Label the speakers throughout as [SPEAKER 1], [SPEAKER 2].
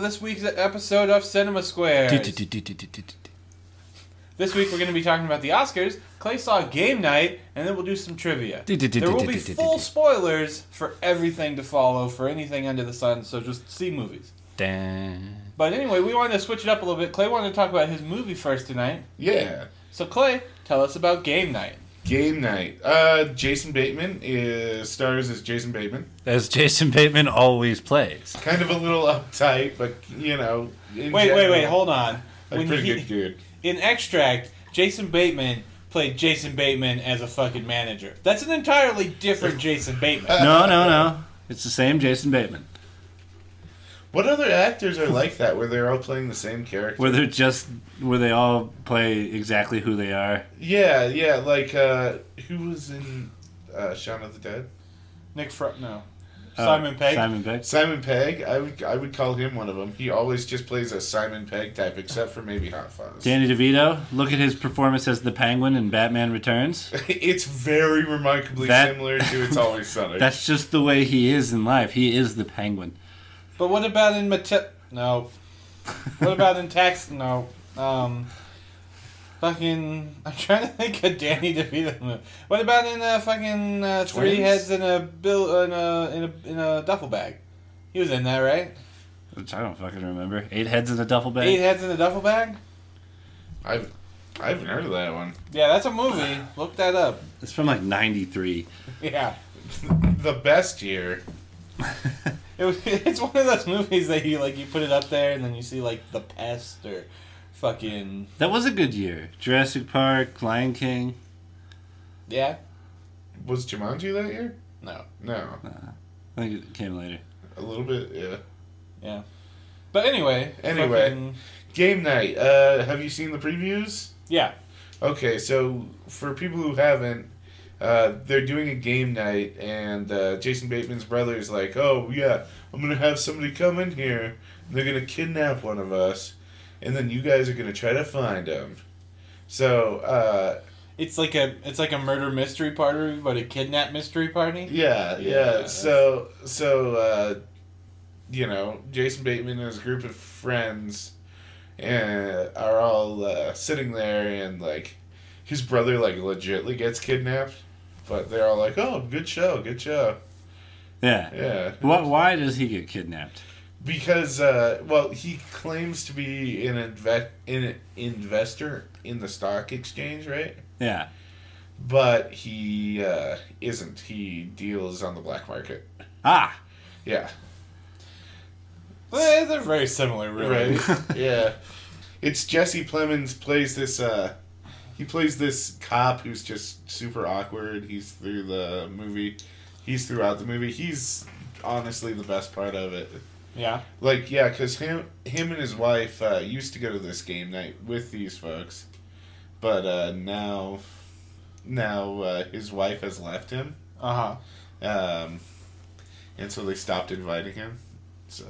[SPEAKER 1] this week's episode of Cinema Square. This week we're going to be talking about the Oscars. Clay saw game night, and then we'll do some trivia. There will be full spoilers for everything to follow, for anything under the sun. So just see movies.
[SPEAKER 2] Dun.
[SPEAKER 1] But anyway, we wanted to switch it up a little bit. Clay wanted to talk about his movie first tonight.
[SPEAKER 3] Yeah.
[SPEAKER 1] So Clay, tell us about game night.
[SPEAKER 3] Game night. Uh, Jason Bateman is, stars as Jason Bateman.
[SPEAKER 2] As Jason Bateman always plays.
[SPEAKER 3] Kind of a little uptight, but you know. in
[SPEAKER 1] Wait, wait, wait.
[SPEAKER 3] general,
[SPEAKER 1] Hold on.
[SPEAKER 3] A
[SPEAKER 1] When
[SPEAKER 3] pretty
[SPEAKER 1] he-
[SPEAKER 3] good dude.
[SPEAKER 1] in extract, Jason Bateman played Jason Bateman as a fucking manager. That's an entirely different Jason Bateman.
[SPEAKER 2] No, no, no. It's the same Jason Bateman.
[SPEAKER 3] What other actors are like that, where they're all playing the same character?
[SPEAKER 2] Where they're just where they all play exactly who they are.
[SPEAKER 3] Yeah, yeah. Like, uh, who was in uh, Shaun of the Dead?
[SPEAKER 1] Nick Fro no.
[SPEAKER 2] Uh,
[SPEAKER 1] Simon Pegg.
[SPEAKER 2] Simon Pegg.
[SPEAKER 3] Simon Pegg. I would, I would call him one of them. He always just plays a Simon Pegg type, except for maybe Hot Fuzz.
[SPEAKER 2] Danny DeVito. Look at his performance as the Penguin in Batman Returns.
[SPEAKER 3] It's very remarkably
[SPEAKER 2] That-
[SPEAKER 3] similar to It's Always Sunny.
[SPEAKER 2] That's just the way he is in life. He is the Penguin.
[SPEAKER 1] But what about in Mate? No. What about in Tax? No. Um. Fucking, I'm trying to think of Danny DeVito movie. What about in uh, fucking uh, three
[SPEAKER 3] Twins?
[SPEAKER 1] heads in a bill in a in a in a duffel bag? He was in that, right?
[SPEAKER 2] Which I don't fucking remember. Eight heads in a duffel bag.
[SPEAKER 1] Eight heads in a duffel bag.
[SPEAKER 3] I've, I haven't heard of that one.
[SPEAKER 1] Yeah, that's a movie. Look that up.
[SPEAKER 2] It's from like '93.
[SPEAKER 1] Yeah.
[SPEAKER 3] The best year.
[SPEAKER 1] It was, it's one of those movies that you like you put it up there and then you see like the pest or fucking
[SPEAKER 2] That was a good year. Jurassic Park, Lion King.
[SPEAKER 1] yeah
[SPEAKER 3] Was Jumanji that year?
[SPEAKER 1] no
[SPEAKER 3] No.
[SPEAKER 2] I think it came later.
[SPEAKER 3] A little bit, yeah.
[SPEAKER 1] yeah but anyway
[SPEAKER 3] Anyway.
[SPEAKER 1] fucking-
[SPEAKER 3] Game night. Uh, have you seen the previews?
[SPEAKER 1] yeah
[SPEAKER 3] Okay, so for people who haven't, uh, they're doing a game night, and uh, Jason Bateman's brother is like, "Oh yeah, I'm gonna have somebody come in here. And they're gonna kidnap one of us, and then you guys are gonna try to find him." So uh,
[SPEAKER 1] it's like a it's like a murder mystery party but a kidnap mystery party
[SPEAKER 3] yeah, yeah,
[SPEAKER 1] Yeah.
[SPEAKER 3] So so uh, you know, Jason Bateman and his group of friends uh, are all uh, sitting there, and like his brother like legitly gets kidnapped. But they're all like, "Oh, good show, good show."
[SPEAKER 2] Yeah.
[SPEAKER 3] Yeah.
[SPEAKER 2] Why, why does he get kidnapped?
[SPEAKER 3] Because uh, well, he claims to be an inve- an investor in the stock exchange, right?
[SPEAKER 2] Yeah.
[SPEAKER 3] But he uh, isn't. He deals on the black market.
[SPEAKER 2] Ah.
[SPEAKER 3] Yeah.
[SPEAKER 1] Eh, they're very similar really
[SPEAKER 3] Right. yeah. It's Jesse Plemons plays this. Uh, he plays this cop who's just super awkward. He's through the movie. He's throughout the movie. He's honestly the best part of it.
[SPEAKER 1] yeah
[SPEAKER 3] Like yeah, because him him and his wife uh, used to go to this game night with these folks, but uh, now now uh, his wife has left him,
[SPEAKER 1] uh huh
[SPEAKER 3] um, and so they stopped inviting him. So.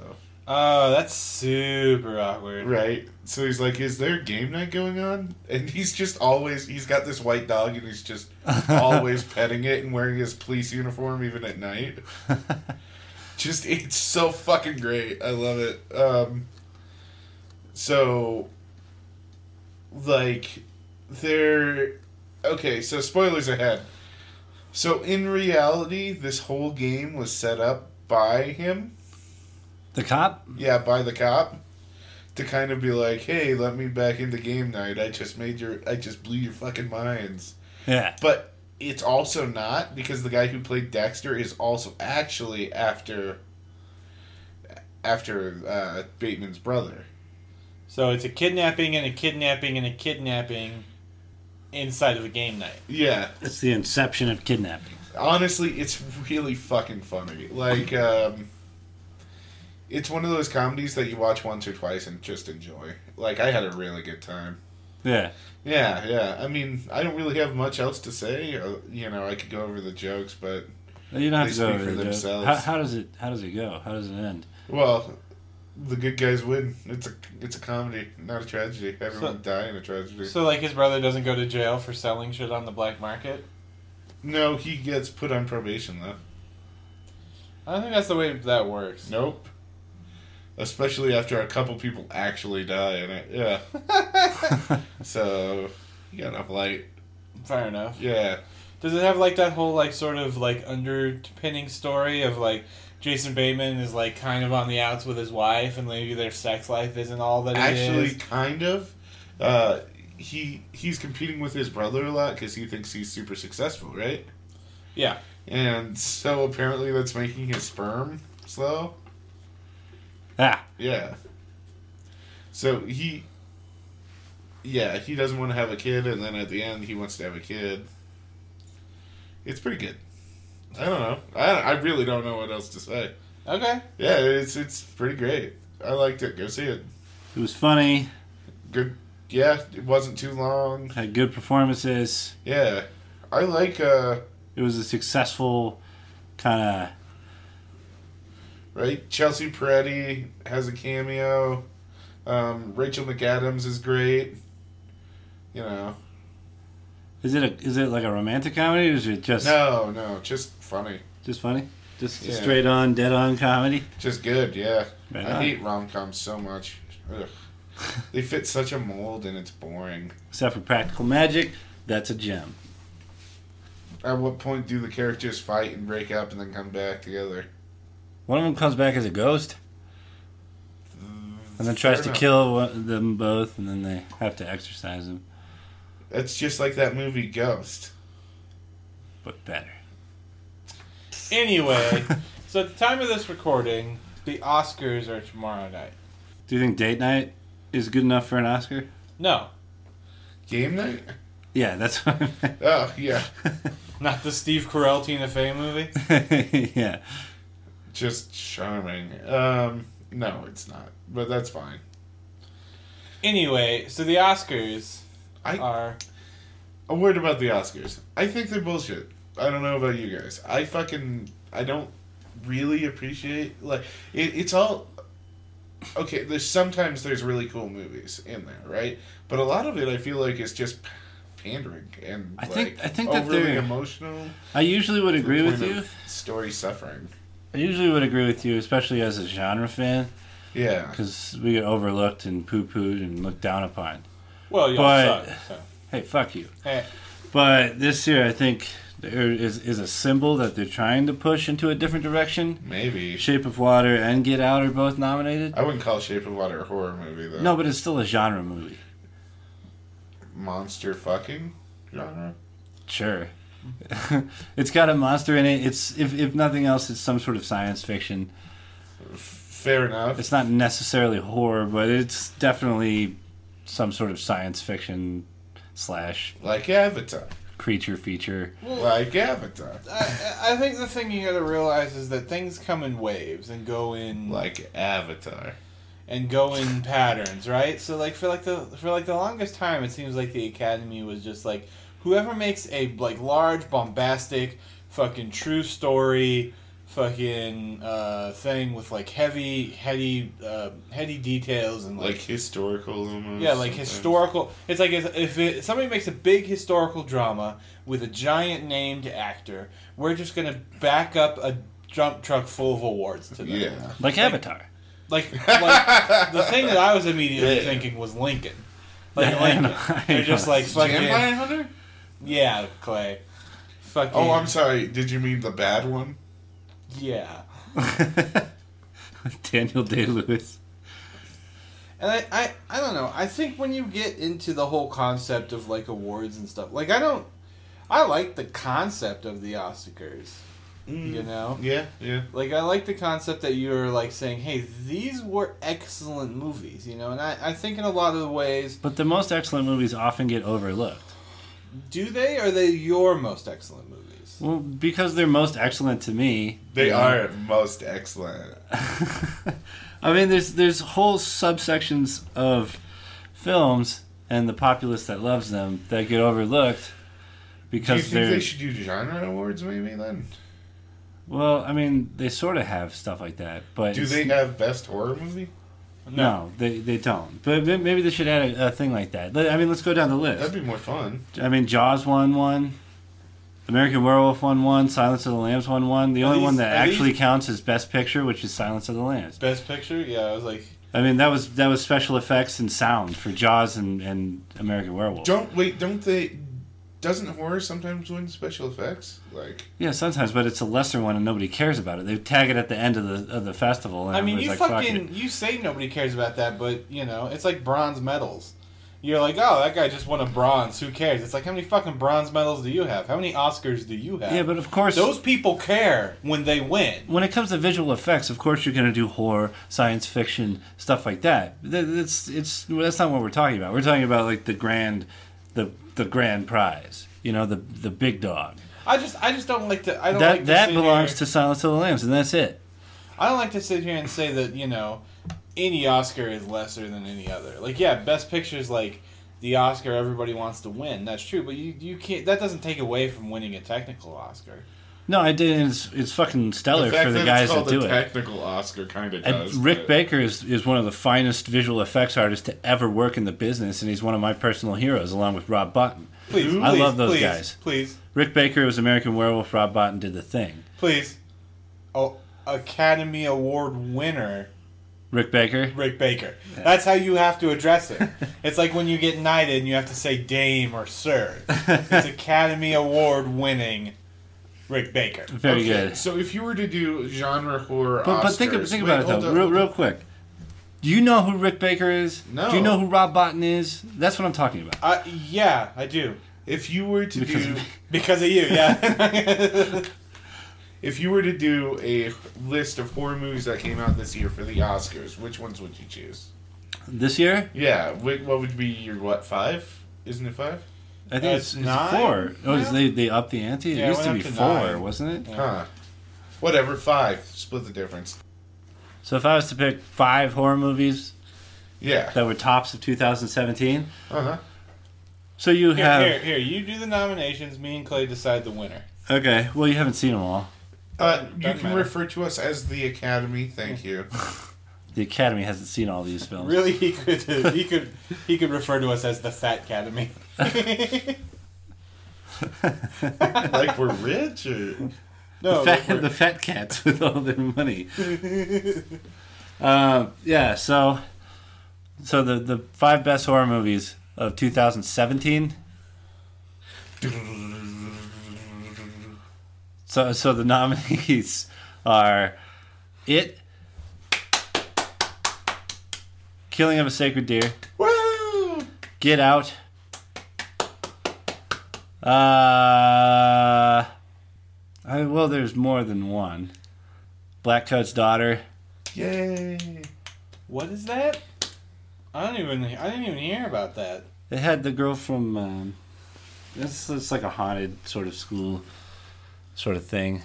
[SPEAKER 1] oh that's super awkward
[SPEAKER 3] Right. So he's like, "Is there a game night going on?" And he's just always he's got this white dog and he's just always petting it and wearing his police uniform even at night. Just it's so fucking great. I love it. Um so like they're okay, so spoilers ahead. So in reality, this whole game was set up by him
[SPEAKER 2] the cop?
[SPEAKER 3] yeah, by the cop to kind of be like, "Hey, let me back into game night. I just made your I just blew your fucking minds."
[SPEAKER 2] Yeah.
[SPEAKER 3] But it's also not because the guy who played Dexter is also actually after after uh, Bateman's brother.
[SPEAKER 1] so it's a kidnapping and a kidnapping and a kidnapping inside of a game night
[SPEAKER 3] Yeah.
[SPEAKER 2] It's the inception of kidnapping.
[SPEAKER 3] honestly, it's really fucking funny. Like, um, it's one of those comedies that you watch once or twice and just enjoy. Like, I had a really good time.
[SPEAKER 2] Yeah.
[SPEAKER 3] Yeah, yeah. I mean, I don't really have much else to say. Uh, You know, I could go over the jokes, but
[SPEAKER 2] You don't have
[SPEAKER 3] They
[SPEAKER 2] to go
[SPEAKER 3] speak
[SPEAKER 2] over
[SPEAKER 3] for
[SPEAKER 2] the joke.
[SPEAKER 3] themselves.
[SPEAKER 2] How, how does it how does it go? How does it end?
[SPEAKER 3] well, the good guys win. It's a it's a comedy, not a tragedy. Everyone die in a tragedy.
[SPEAKER 1] so like his brother doesn't go to jail for selling shit on the black market
[SPEAKER 3] no, he gets put on probation though.
[SPEAKER 1] I don't think that's the way that works
[SPEAKER 3] Nope. especially after a couple people actually die in it. Yeah. so, you got enough light.
[SPEAKER 1] Fair enough.
[SPEAKER 3] Yeah.
[SPEAKER 1] Does it have like that whole like sort of like underpinning story of like Jason Bateman is like kind of on the outs with his wife and maybe their sex life isn't all that it
[SPEAKER 3] Actually,
[SPEAKER 1] is?
[SPEAKER 3] kind of. Uh, he he's competing with his brother a lot because he thinks he's super successful, right?
[SPEAKER 1] Yeah.
[SPEAKER 3] And so apparently that's making his sperm slow.
[SPEAKER 2] Ah,
[SPEAKER 3] Yeah. So he. Yeah, he doesn't want to have a kid, and then at the end, he wants to have a kid. It's pretty good. I don't know. I, I really don't know what else to say.
[SPEAKER 1] Okay.
[SPEAKER 3] Yeah, it's it's pretty great. I liked it. Go see it.
[SPEAKER 2] it was funny.
[SPEAKER 3] Good. Yeah, it wasn't too long.
[SPEAKER 2] Had good performances.
[SPEAKER 3] Yeah, I like. uh
[SPEAKER 2] It was a successful kind
[SPEAKER 3] Right, Chelsea Peretti has a cameo. Um, Rachel McAdams is great. You know,
[SPEAKER 2] of. Is it a is it like a romantic comedy or is it just
[SPEAKER 3] no, no, just funny.
[SPEAKER 2] just funny? Just a
[SPEAKER 3] Yeah.
[SPEAKER 2] straight on, dead on comedy.
[SPEAKER 3] Just good, yeah.
[SPEAKER 2] Right
[SPEAKER 3] I
[SPEAKER 2] on.
[SPEAKER 3] hate rom coms so much. Ugh. they fit such a mold and it's boring.
[SPEAKER 2] Except for Practical Magic, that's a gem.
[SPEAKER 3] At what point do the characters fight and break up and then come back together?
[SPEAKER 2] One of them comes back as a ghost and then tries
[SPEAKER 3] Fair
[SPEAKER 2] to
[SPEAKER 3] enough.
[SPEAKER 2] kill one- them both, and then they have to exercise him,
[SPEAKER 3] It's just like that movie Ghost.
[SPEAKER 2] but better.
[SPEAKER 1] Anyway, so at the time of this recording, the Oscars are tomorrow night.
[SPEAKER 2] Do you think date night is good enough for an Oscar?
[SPEAKER 1] No,
[SPEAKER 3] Game night?
[SPEAKER 2] Yeah, that's what I meant.
[SPEAKER 3] Oh, yeah.
[SPEAKER 1] not the Steve Carell Tina Fey movie.
[SPEAKER 2] yeah.
[SPEAKER 3] Just charming. Um, no, it's not. But that's fine.
[SPEAKER 1] Anyway, so the Oscars
[SPEAKER 3] I-
[SPEAKER 2] Uh,
[SPEAKER 1] are
[SPEAKER 3] I'm worried about the Oscars. I think they're bullshit. I don't know about you guys. I fucking I don't really appreciate like it, it's all okay. There's sometimes there's really cool movies in there, right? But a lot of it I feel like is just pandering and
[SPEAKER 2] I
[SPEAKER 3] like,
[SPEAKER 2] think- I think that
[SPEAKER 3] overly
[SPEAKER 2] they're-
[SPEAKER 3] emotional.
[SPEAKER 2] I usually would
[SPEAKER 3] to the
[SPEAKER 2] agree with
[SPEAKER 3] point
[SPEAKER 2] you.
[SPEAKER 3] of Story suffering.
[SPEAKER 2] I usually would agree with you, especially as a genre fan,
[SPEAKER 3] Yeah,
[SPEAKER 2] because we get overlooked and poo pooed and looked down upon.
[SPEAKER 1] well, y'all
[SPEAKER 2] But-
[SPEAKER 1] suck. So.
[SPEAKER 2] Hey, fuck you.
[SPEAKER 1] Hey,
[SPEAKER 2] But this year, I think there is, is a symbol that they're trying to push into a different direction.
[SPEAKER 3] maybe.
[SPEAKER 2] Shape of Water and Get Out are both nominated.
[SPEAKER 3] I wouldn't call Shape of Water a horror movie though.
[SPEAKER 2] No, but it's still a genre movie.
[SPEAKER 3] monster fucking genre.
[SPEAKER 2] Sure. it's got a monster in it. It's if, if nothing else, it's some sort of science fiction.
[SPEAKER 3] Fair enough.
[SPEAKER 2] It's not necessarily horror, but it's definitely some sort of science fiction slash
[SPEAKER 3] Like Avatar.
[SPEAKER 2] creature feature.
[SPEAKER 3] Like Avatar.
[SPEAKER 1] I, I think the thing you got to realize is that things come in waves and go in
[SPEAKER 3] Like Avatar.
[SPEAKER 1] and go in patterns, right? So like for like the for like the longest time, it seems like the Academy was just like whoever makes a like large bombastic fucking true story fucking uh, thing with like heavy heady uh, heady details and
[SPEAKER 3] like historical almost.
[SPEAKER 1] Yeah, like
[SPEAKER 3] sometimes.
[SPEAKER 1] historical. It's like if if it, somebody makes a big historical drama with a giant named actor, we're just gonna back up a dump truck full of awards to them.
[SPEAKER 3] Yeah.
[SPEAKER 2] Like Avatar.
[SPEAKER 1] Like, like the thing that I was immediately
[SPEAKER 3] Yeah.
[SPEAKER 1] thinking was Lincoln. Like
[SPEAKER 2] Yeah, I
[SPEAKER 1] Lincoln,
[SPEAKER 2] know, I
[SPEAKER 1] they're just
[SPEAKER 2] know.
[SPEAKER 1] like
[SPEAKER 3] Vampire
[SPEAKER 1] fucking
[SPEAKER 3] Hunter?
[SPEAKER 1] yeah, Clay. Fucking
[SPEAKER 3] Oh, I'm sorry. Did you mean the bad one?
[SPEAKER 1] yeah.
[SPEAKER 2] Daniel Day Lewis.
[SPEAKER 1] And I, I, I don't know. I think when you get into the whole concept of like awards and stuff, like I don't, I like the concept of the Oscars.
[SPEAKER 3] Mm.
[SPEAKER 1] You know,
[SPEAKER 3] Yeah, yeah.
[SPEAKER 1] Like I like the concept that you're like saying, "Hey, these were excellent movies," you know. And I, I think in a lot of the ways,
[SPEAKER 2] But the most excellent movies often get overlooked.
[SPEAKER 1] do they? Are they your most excellent movies?
[SPEAKER 2] Well, because they're most excellent to me.
[SPEAKER 3] They
[SPEAKER 2] you know.
[SPEAKER 3] are most excellent.
[SPEAKER 2] I mean, there's there's whole subsections of films and the populace that loves them that get overlooked
[SPEAKER 3] Do you
[SPEAKER 2] because
[SPEAKER 3] think
[SPEAKER 2] they're
[SPEAKER 3] they should do genre awards maybe then?
[SPEAKER 2] well. I mean, they sort of have stuff like that, but
[SPEAKER 3] Do
[SPEAKER 2] it's-
[SPEAKER 3] they have best horror movie?
[SPEAKER 2] No, they they don't. But may- maybe they should add a, a thing like that. Let- I mean, let's go down the
[SPEAKER 3] That'd
[SPEAKER 2] list.
[SPEAKER 3] be more fun.
[SPEAKER 2] I mean, Jaws won one. American Werewolf won one. Silence of the Lambs won one. The
[SPEAKER 1] Are
[SPEAKER 2] only
[SPEAKER 1] these-
[SPEAKER 2] one that
[SPEAKER 1] are these-
[SPEAKER 2] actually counts is Best Picture, which is Silence of the Lambs.
[SPEAKER 1] Best Picture? Yeah, I was like,
[SPEAKER 2] I mean, that was that was special effects and sound for Jaws and, and American Werewolf.
[SPEAKER 3] Don't wait. Don't they? Doesn't horror sometimes win special effects? Like
[SPEAKER 2] yeah, sometimes, but it's a lesser one and nobody cares about it. They tag it at the end of the of the festival. And
[SPEAKER 1] I mean, you
[SPEAKER 2] everybody's like, fuck
[SPEAKER 1] fucking
[SPEAKER 2] it.
[SPEAKER 1] you say nobody cares about that, but you know, it's like bronze medals. You're like, oh, that guy just won a bronze. Who cares? It's like, how many fucking bronze medals do you have? How many Oscars do you have?
[SPEAKER 2] yeah, but of course
[SPEAKER 1] those people care when they win.
[SPEAKER 2] when it comes to visual effects, of course you're going to do horror, science fiction, stuff like that. Th- That's it's that's not what we're talking about. We're talking about like the grand, the the grand prize. You know, the the big dog.
[SPEAKER 1] I just, I just don't like to. I don't
[SPEAKER 2] That
[SPEAKER 1] like to
[SPEAKER 2] that
[SPEAKER 1] sit
[SPEAKER 2] belongs
[SPEAKER 1] here-
[SPEAKER 2] to Silence of the Lambs, and that's it.
[SPEAKER 1] I don't like to sit here and say that you know any Oscar is lesser than any other. Like yeah, Best Picture is like the Oscar everybody wants to win. That's true, but you you can't. That doesn't take away from winning a technical Oscar.
[SPEAKER 2] No, I did. and It's it's fucking stellar for the
[SPEAKER 3] it's
[SPEAKER 2] guys that
[SPEAKER 3] called
[SPEAKER 2] do
[SPEAKER 3] a
[SPEAKER 2] it.
[SPEAKER 3] technical Oscar kind of
[SPEAKER 2] And
[SPEAKER 3] does.
[SPEAKER 2] Rick
[SPEAKER 3] but-
[SPEAKER 2] Baker is, is one of the finest visual effects artists to ever work in the business, and he's one of my personal heroes, along with Rob Bottin.
[SPEAKER 1] Please,
[SPEAKER 3] Who?
[SPEAKER 2] I
[SPEAKER 1] please,
[SPEAKER 2] love those
[SPEAKER 1] please,
[SPEAKER 2] guys.
[SPEAKER 1] Please,
[SPEAKER 2] Rick Baker was American Werewolf. Rob Bottin did the thing.
[SPEAKER 1] please. Oh, Academy Award winner
[SPEAKER 2] Rick Baker.
[SPEAKER 1] Rick Baker. That's how you have to address it. it's like when you get knighted and you have to say Dame or Sir. It's Academy Award winning Rick Baker.
[SPEAKER 2] Very
[SPEAKER 3] Okay,
[SPEAKER 2] good.
[SPEAKER 3] So if you were to do genre horror,
[SPEAKER 2] But, but think,
[SPEAKER 3] Oscars-
[SPEAKER 2] think
[SPEAKER 3] Wait,
[SPEAKER 2] about it
[SPEAKER 3] hold
[SPEAKER 2] though,
[SPEAKER 3] up.
[SPEAKER 2] real, real quick. Do you know who Rick Baker is?
[SPEAKER 3] No.
[SPEAKER 2] Do you know who Rob Bottin is? That's what I'm talking about.
[SPEAKER 1] Uh, yeah, I do.
[SPEAKER 3] If you were to
[SPEAKER 2] Because-
[SPEAKER 3] do,
[SPEAKER 1] Because of you, yeah.
[SPEAKER 3] if you were to do a list of horror movies that came out this year for the Oscars, which ones would you choose?
[SPEAKER 2] This year,
[SPEAKER 3] Yeah, wh- what would be your what five? Isn't it five?
[SPEAKER 2] I think
[SPEAKER 1] Uh,
[SPEAKER 2] it's, it's
[SPEAKER 1] nine?
[SPEAKER 2] four. Oh, is
[SPEAKER 1] Yeah.
[SPEAKER 2] they they upped the ante. It
[SPEAKER 1] Yeah, it
[SPEAKER 2] used to
[SPEAKER 1] went
[SPEAKER 2] be
[SPEAKER 1] up to
[SPEAKER 2] four,
[SPEAKER 1] nine.
[SPEAKER 2] wasn't it?
[SPEAKER 1] Yeah.
[SPEAKER 3] Huh. Whatever, five. Split the difference.
[SPEAKER 2] So if I was to pick five horror movies
[SPEAKER 3] Yeah.
[SPEAKER 2] that were tops of 2017,
[SPEAKER 3] Uh huh.
[SPEAKER 2] so you
[SPEAKER 1] here,
[SPEAKER 2] have
[SPEAKER 1] here, here, you do the nominations. Me and Clay decide the winner.
[SPEAKER 2] okay. Well, you haven't seen them all.
[SPEAKER 3] Uh, you
[SPEAKER 1] Doesn't
[SPEAKER 3] can
[SPEAKER 1] matter.
[SPEAKER 3] refer to us as the Academy. Thank you.
[SPEAKER 2] The Academy hasn't seen all these films.
[SPEAKER 1] Really, he could he could he could refer to us as the Fat Academy.
[SPEAKER 3] like we're rich. Or...
[SPEAKER 1] no,
[SPEAKER 2] the, fat,
[SPEAKER 1] we're-
[SPEAKER 2] the fat cats with all their money. um, yeah, so so the the five best horror movies of 2017. So so the nominees are It, Killing of a Sacred Deer,
[SPEAKER 3] Woo!
[SPEAKER 2] Get Out. Uh, I, well, there's more than one. Black Coat's Daughter.
[SPEAKER 3] Yay!
[SPEAKER 1] what is that? I don't even I didn't even hear about that.
[SPEAKER 2] They had the girl from. Um, it's, it's like a haunted sort of school, sort of thing.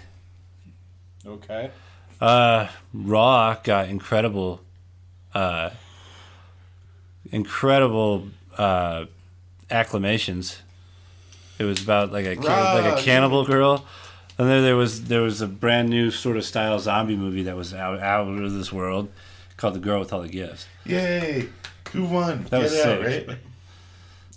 [SPEAKER 1] Okay.
[SPEAKER 2] Uh, Raw got incredible, uh, incredible uh, acclamations. It was about like a can-
[SPEAKER 3] Raw,
[SPEAKER 2] like a
[SPEAKER 3] yeah.
[SPEAKER 2] cannibal girl, and then there was there was a brand new sort of style zombie movie that was out out of this world called The Girl with All the Gifts.
[SPEAKER 3] Yay! Who won?
[SPEAKER 2] That was
[SPEAKER 3] Get out,
[SPEAKER 2] sick.
[SPEAKER 3] right?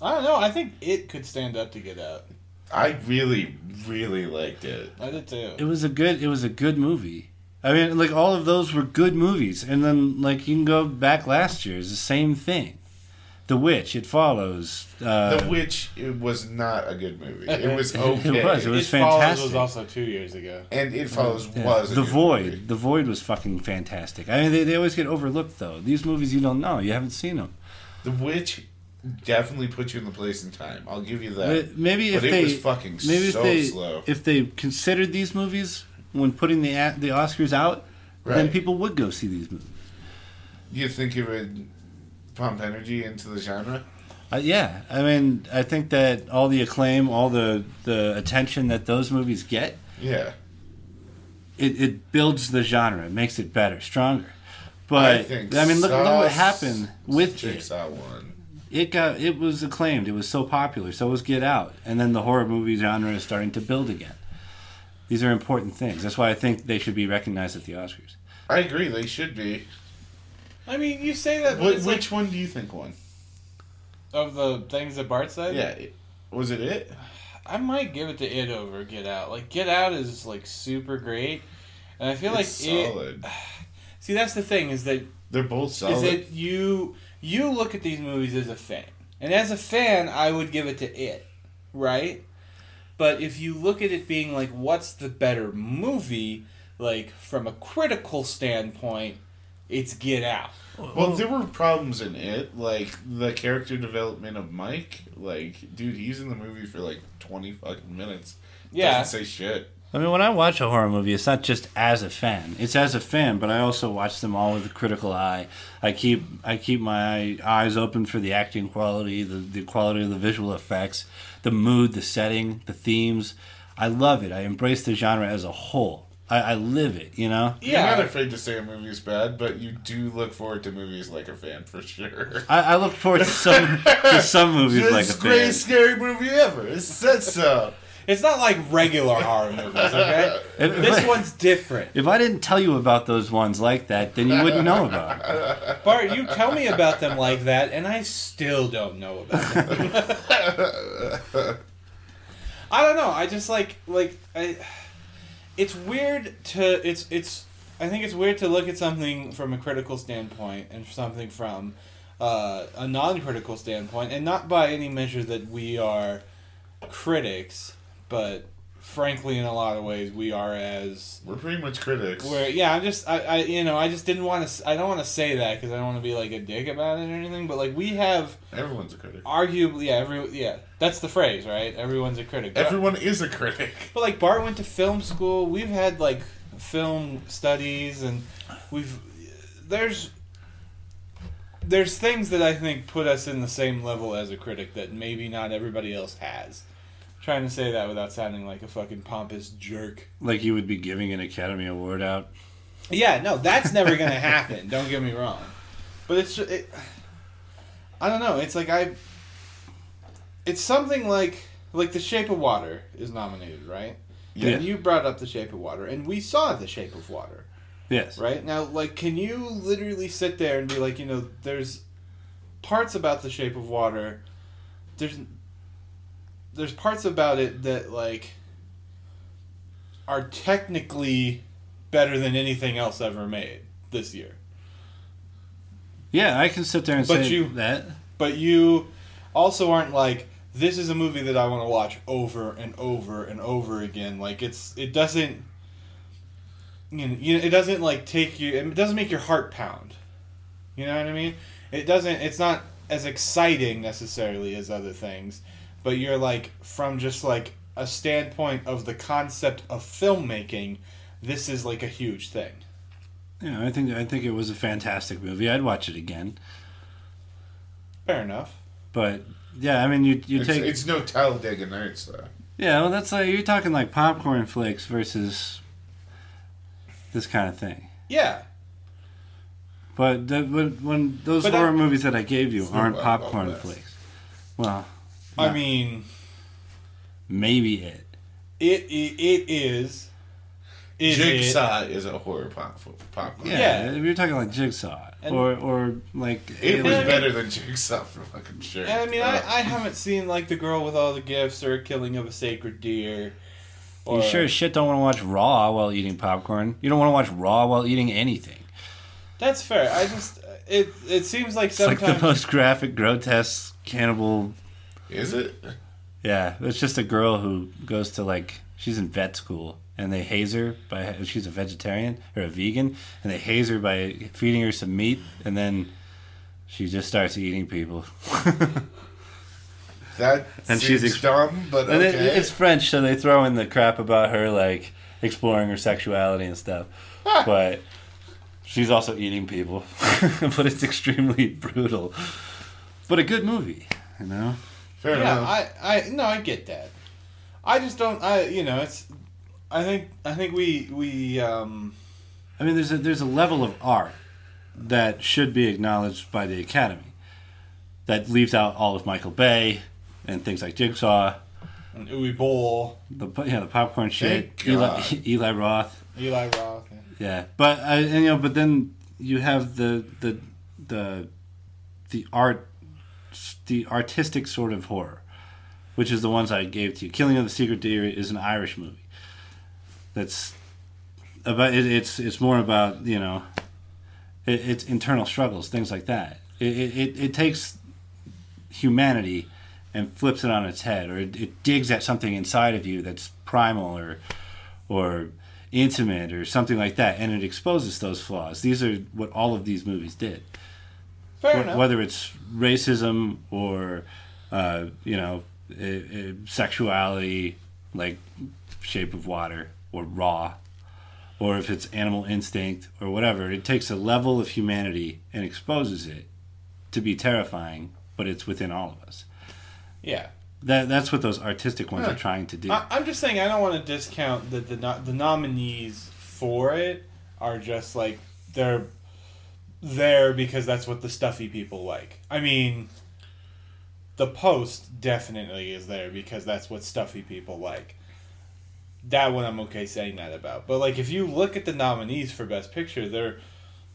[SPEAKER 1] I don't know. I think it could stand up to get out.
[SPEAKER 3] I really, really liked it.
[SPEAKER 1] I did too.
[SPEAKER 2] It was a good it was a good movie. I mean, like all of those were good movies, and then like you can go back last year, it's the same thing. The Witch, It Follows. Uh,
[SPEAKER 3] the Witch it was not a good movie. It was okay.
[SPEAKER 2] It was. It
[SPEAKER 1] Follows was
[SPEAKER 2] was fantastic.
[SPEAKER 1] also two years ago.
[SPEAKER 3] And It Follows
[SPEAKER 2] Yeah.
[SPEAKER 3] was a
[SPEAKER 2] the
[SPEAKER 3] good
[SPEAKER 2] void
[SPEAKER 3] movie.
[SPEAKER 2] the void was fucking fantastic i mean they, they always get overlooked though these movies you don't know you haven't seen them
[SPEAKER 3] The Witch definitely put you in the place and time. I'll give you that.
[SPEAKER 2] maybe if
[SPEAKER 3] but it
[SPEAKER 2] they
[SPEAKER 3] was fucking
[SPEAKER 2] maybe
[SPEAKER 3] so
[SPEAKER 2] if they
[SPEAKER 3] slow.
[SPEAKER 2] if they considered these movies when putting the a- the oscars out then
[SPEAKER 3] Right.
[SPEAKER 2] people would go see these movies
[SPEAKER 3] you think it would pump energy into the genre?
[SPEAKER 2] uh, yeah i mean i think that all the acclaim all the the attention that those movies get
[SPEAKER 3] Yeah.
[SPEAKER 2] it, it builds the genre it makes it better stronger but I, mean look, look what
[SPEAKER 3] Saw-
[SPEAKER 2] happened with it.
[SPEAKER 3] Jigsaw one.
[SPEAKER 2] it got it was acclaimed. It was so popular. So was Get Out, and then the horror movie genre is starting to build again. These are important things. That's why I think they should be recognized at the Oscars.
[SPEAKER 3] I agree. They should be.
[SPEAKER 1] I mean, you say that, but
[SPEAKER 3] What,
[SPEAKER 1] it's
[SPEAKER 3] which one do you think won?
[SPEAKER 1] like, of the things that Bart said.
[SPEAKER 3] Yeah. it- Was it it?
[SPEAKER 1] I might give it to It over Get Out. Like Get Out is like super great, and I feel
[SPEAKER 3] It's
[SPEAKER 1] like it.
[SPEAKER 3] solid.
[SPEAKER 1] See, that's the thing is that
[SPEAKER 3] They're both
[SPEAKER 1] is
[SPEAKER 3] solid.
[SPEAKER 1] that you you look at these movies as a fan, and as a fan, I would give it to It, right? But if you look at it being like, what's the better movie? Like from a critical standpoint, it's Get Out.
[SPEAKER 3] Well, there were problems in it, like the character development of Mike. Like, dude, he's in the movie for like twenty fucking minutes.
[SPEAKER 1] Yeah.
[SPEAKER 3] doesn't say shit.
[SPEAKER 2] I mean, when I watch a horror movie, it's not just as a fan. It's as a fan, but I also watch them all with a critical eye. I keep I keep my eyes open for the acting quality, the, the quality of the visual effects, the mood, the setting, the themes. I love it. I embrace the genre as a whole. I, I live it, you know?
[SPEAKER 3] You're
[SPEAKER 1] Yeah.
[SPEAKER 3] not afraid to say a movie's bad, but you do look forward to movies like a fan for sure.
[SPEAKER 2] I, I look forward to some to some movies like a
[SPEAKER 3] It's the
[SPEAKER 2] fan.
[SPEAKER 3] greatest scary movie ever. It says so.
[SPEAKER 1] It's not like regular horror movies, okay?
[SPEAKER 2] If- if
[SPEAKER 1] this
[SPEAKER 2] I-
[SPEAKER 1] one's different.
[SPEAKER 2] If I didn't tell you about those ones like that, then you wouldn't know about them.
[SPEAKER 1] Bart, you tell me about them like that, and I still don't know about them. I don't know. I just like like I. It's weird to it's it's. I think it's weird to look at something from a critical standpoint and something from uh, a non-critical standpoint, and not by any measure that we are critics, but frankly, in a lot of ways, we are as
[SPEAKER 3] We're pretty much critics.
[SPEAKER 1] where yeah, I'm just I, I you know I just didn't want to I don't want to say that because I don't want to be like a dick about it or anything. But like we have
[SPEAKER 3] Everyone's a critic.
[SPEAKER 1] arguably yeah every yeah that's the phrase right. Everyone's a critic. But-
[SPEAKER 3] Everyone is a critic.
[SPEAKER 1] but like Bart went to film school. We've had like film studies, and we've there's there's things that I think put us in the same level as a critic that maybe not everybody else has. Trying to say that without sounding like a fucking pompous jerk.
[SPEAKER 2] Like you would be giving an Academy Award out.
[SPEAKER 1] Yeah, no, that's never gonna happen. Don't get me wrong, but it's ju- it, I don't know. It's like I. It's something like like The Shape of Water is nominated, right?
[SPEAKER 2] Yeah.
[SPEAKER 1] And you brought up The Shape of Water, and we saw The Shape of Water,
[SPEAKER 2] Yes.
[SPEAKER 1] right? Now, like, can you literally sit there and be like, you know, there's parts about The Shape of Water, there's there's parts about it that like are technically better than anything else ever made this year.
[SPEAKER 2] Yeah, I can sit there and
[SPEAKER 1] But
[SPEAKER 2] say
[SPEAKER 1] you-
[SPEAKER 2] that.
[SPEAKER 1] But you also aren't like this is a movie that I want to watch over and over and over again. Like it's it doesn't you know, you- it doesn't like take you it doesn't make your heart pound. You know what I mean? It doesn't it's not as exciting necessarily as other things, but you're like from just like a standpoint of the concept of filmmaking, this is like a huge thing.
[SPEAKER 2] Yeah, I think I think it was a fantastic movie. I'd watch it again.
[SPEAKER 1] Fair enough.
[SPEAKER 2] But yeah, I mean, you you
[SPEAKER 3] It's,
[SPEAKER 2] take
[SPEAKER 3] it's no Talladega Nights though.
[SPEAKER 2] yeah. Well, that's like you're talking like popcorn flakes versus this kind of thing.
[SPEAKER 1] Yeah.
[SPEAKER 2] But that, when, when those
[SPEAKER 1] But
[SPEAKER 2] horror
[SPEAKER 1] that-
[SPEAKER 2] movies that I gave you
[SPEAKER 3] It's not
[SPEAKER 2] aren't
[SPEAKER 3] what I thought
[SPEAKER 2] popcorn
[SPEAKER 3] last.
[SPEAKER 2] flakes, well,
[SPEAKER 1] I
[SPEAKER 2] No.
[SPEAKER 1] mean,
[SPEAKER 2] maybe it.
[SPEAKER 1] It it, it is. Is it?
[SPEAKER 3] Jigsaw is a horror pop popcorn.
[SPEAKER 2] Yeah,
[SPEAKER 1] Yeah.
[SPEAKER 2] if you're talking like Jigsaw
[SPEAKER 1] And-
[SPEAKER 2] or or like
[SPEAKER 3] It was
[SPEAKER 1] I mean-
[SPEAKER 2] Alien.
[SPEAKER 3] better than Jigsaw for fucking sure.
[SPEAKER 1] And I mean,
[SPEAKER 2] Oh.
[SPEAKER 1] I, I haven't seen like the girl with all the gifts or killing of a sacred deer. Or,
[SPEAKER 2] You sure as shit don't want to watch Raw while eating popcorn. You don't want to watch Raw while eating anything.
[SPEAKER 1] That's fair. I just it it seems like
[SPEAKER 2] It's like
[SPEAKER 1] sometimes
[SPEAKER 2] the most graphic, grotesque cannibal
[SPEAKER 3] Uh, Is it?
[SPEAKER 2] Yeah, it's just a girl who goes to like she's in vet school and they haze her by she's a vegetarian or a vegan and they haze her by feeding her some meat and then she just starts eating people.
[SPEAKER 3] That
[SPEAKER 2] And
[SPEAKER 3] seems
[SPEAKER 2] she's ex-
[SPEAKER 3] dumb, but
[SPEAKER 2] And
[SPEAKER 3] okay.
[SPEAKER 2] it, it's French, so they throw in the crap about her like exploring her sexuality and stuff.
[SPEAKER 3] Ah.
[SPEAKER 2] but she's also eating people, but it's extremely brutal. But a good movie, you know.
[SPEAKER 3] Fair
[SPEAKER 1] yeah,
[SPEAKER 3] enough.
[SPEAKER 1] I, I no, I get that. I just don't. I you know, it's. I think I think we we um
[SPEAKER 2] I mean, there's a there's a level of art that should be acknowledged by the Academy that leaves out all of Michael Bay and things like Jigsaw,
[SPEAKER 1] an Uwe Boll,
[SPEAKER 2] the po- yeah the popcorn shit,
[SPEAKER 3] Thank
[SPEAKER 2] Eli,
[SPEAKER 3] God.
[SPEAKER 2] Eli Roth,
[SPEAKER 1] Eli Roth. and-
[SPEAKER 2] yeah. But I, and, you know, but then you have the the the the art the artistic sort of horror which is the ones I gave to you. Killing of the Secret Deer is an Irish movie. That's about it, it's it's more about you know, it, it's internal struggles, things like that. It it, it, it takes humanity and flips it on its head, or it, it digs at something inside of you that's primal or or intimate or something like that, and it exposes those flaws. These are what all of these movies did.
[SPEAKER 1] Fair
[SPEAKER 2] Wh-
[SPEAKER 1] enough.
[SPEAKER 2] whether it's racism or uh, you know i i sexuality like shape of water or raw or if it's animal instinct or whatever it takes a level of humanity and exposes it to be terrifying but it's within all of us
[SPEAKER 1] yeah.
[SPEAKER 2] that, that's what those artistic ones are trying to do
[SPEAKER 1] I, I'm just saying I don't want to discount that the no- the nominees for it are just like they're there because that's what the stuffy people like. I mean, the post definitely is there because that's what stuffy people like. That one I'm okay saying that about. But like if you look at the nominees for best picture, they're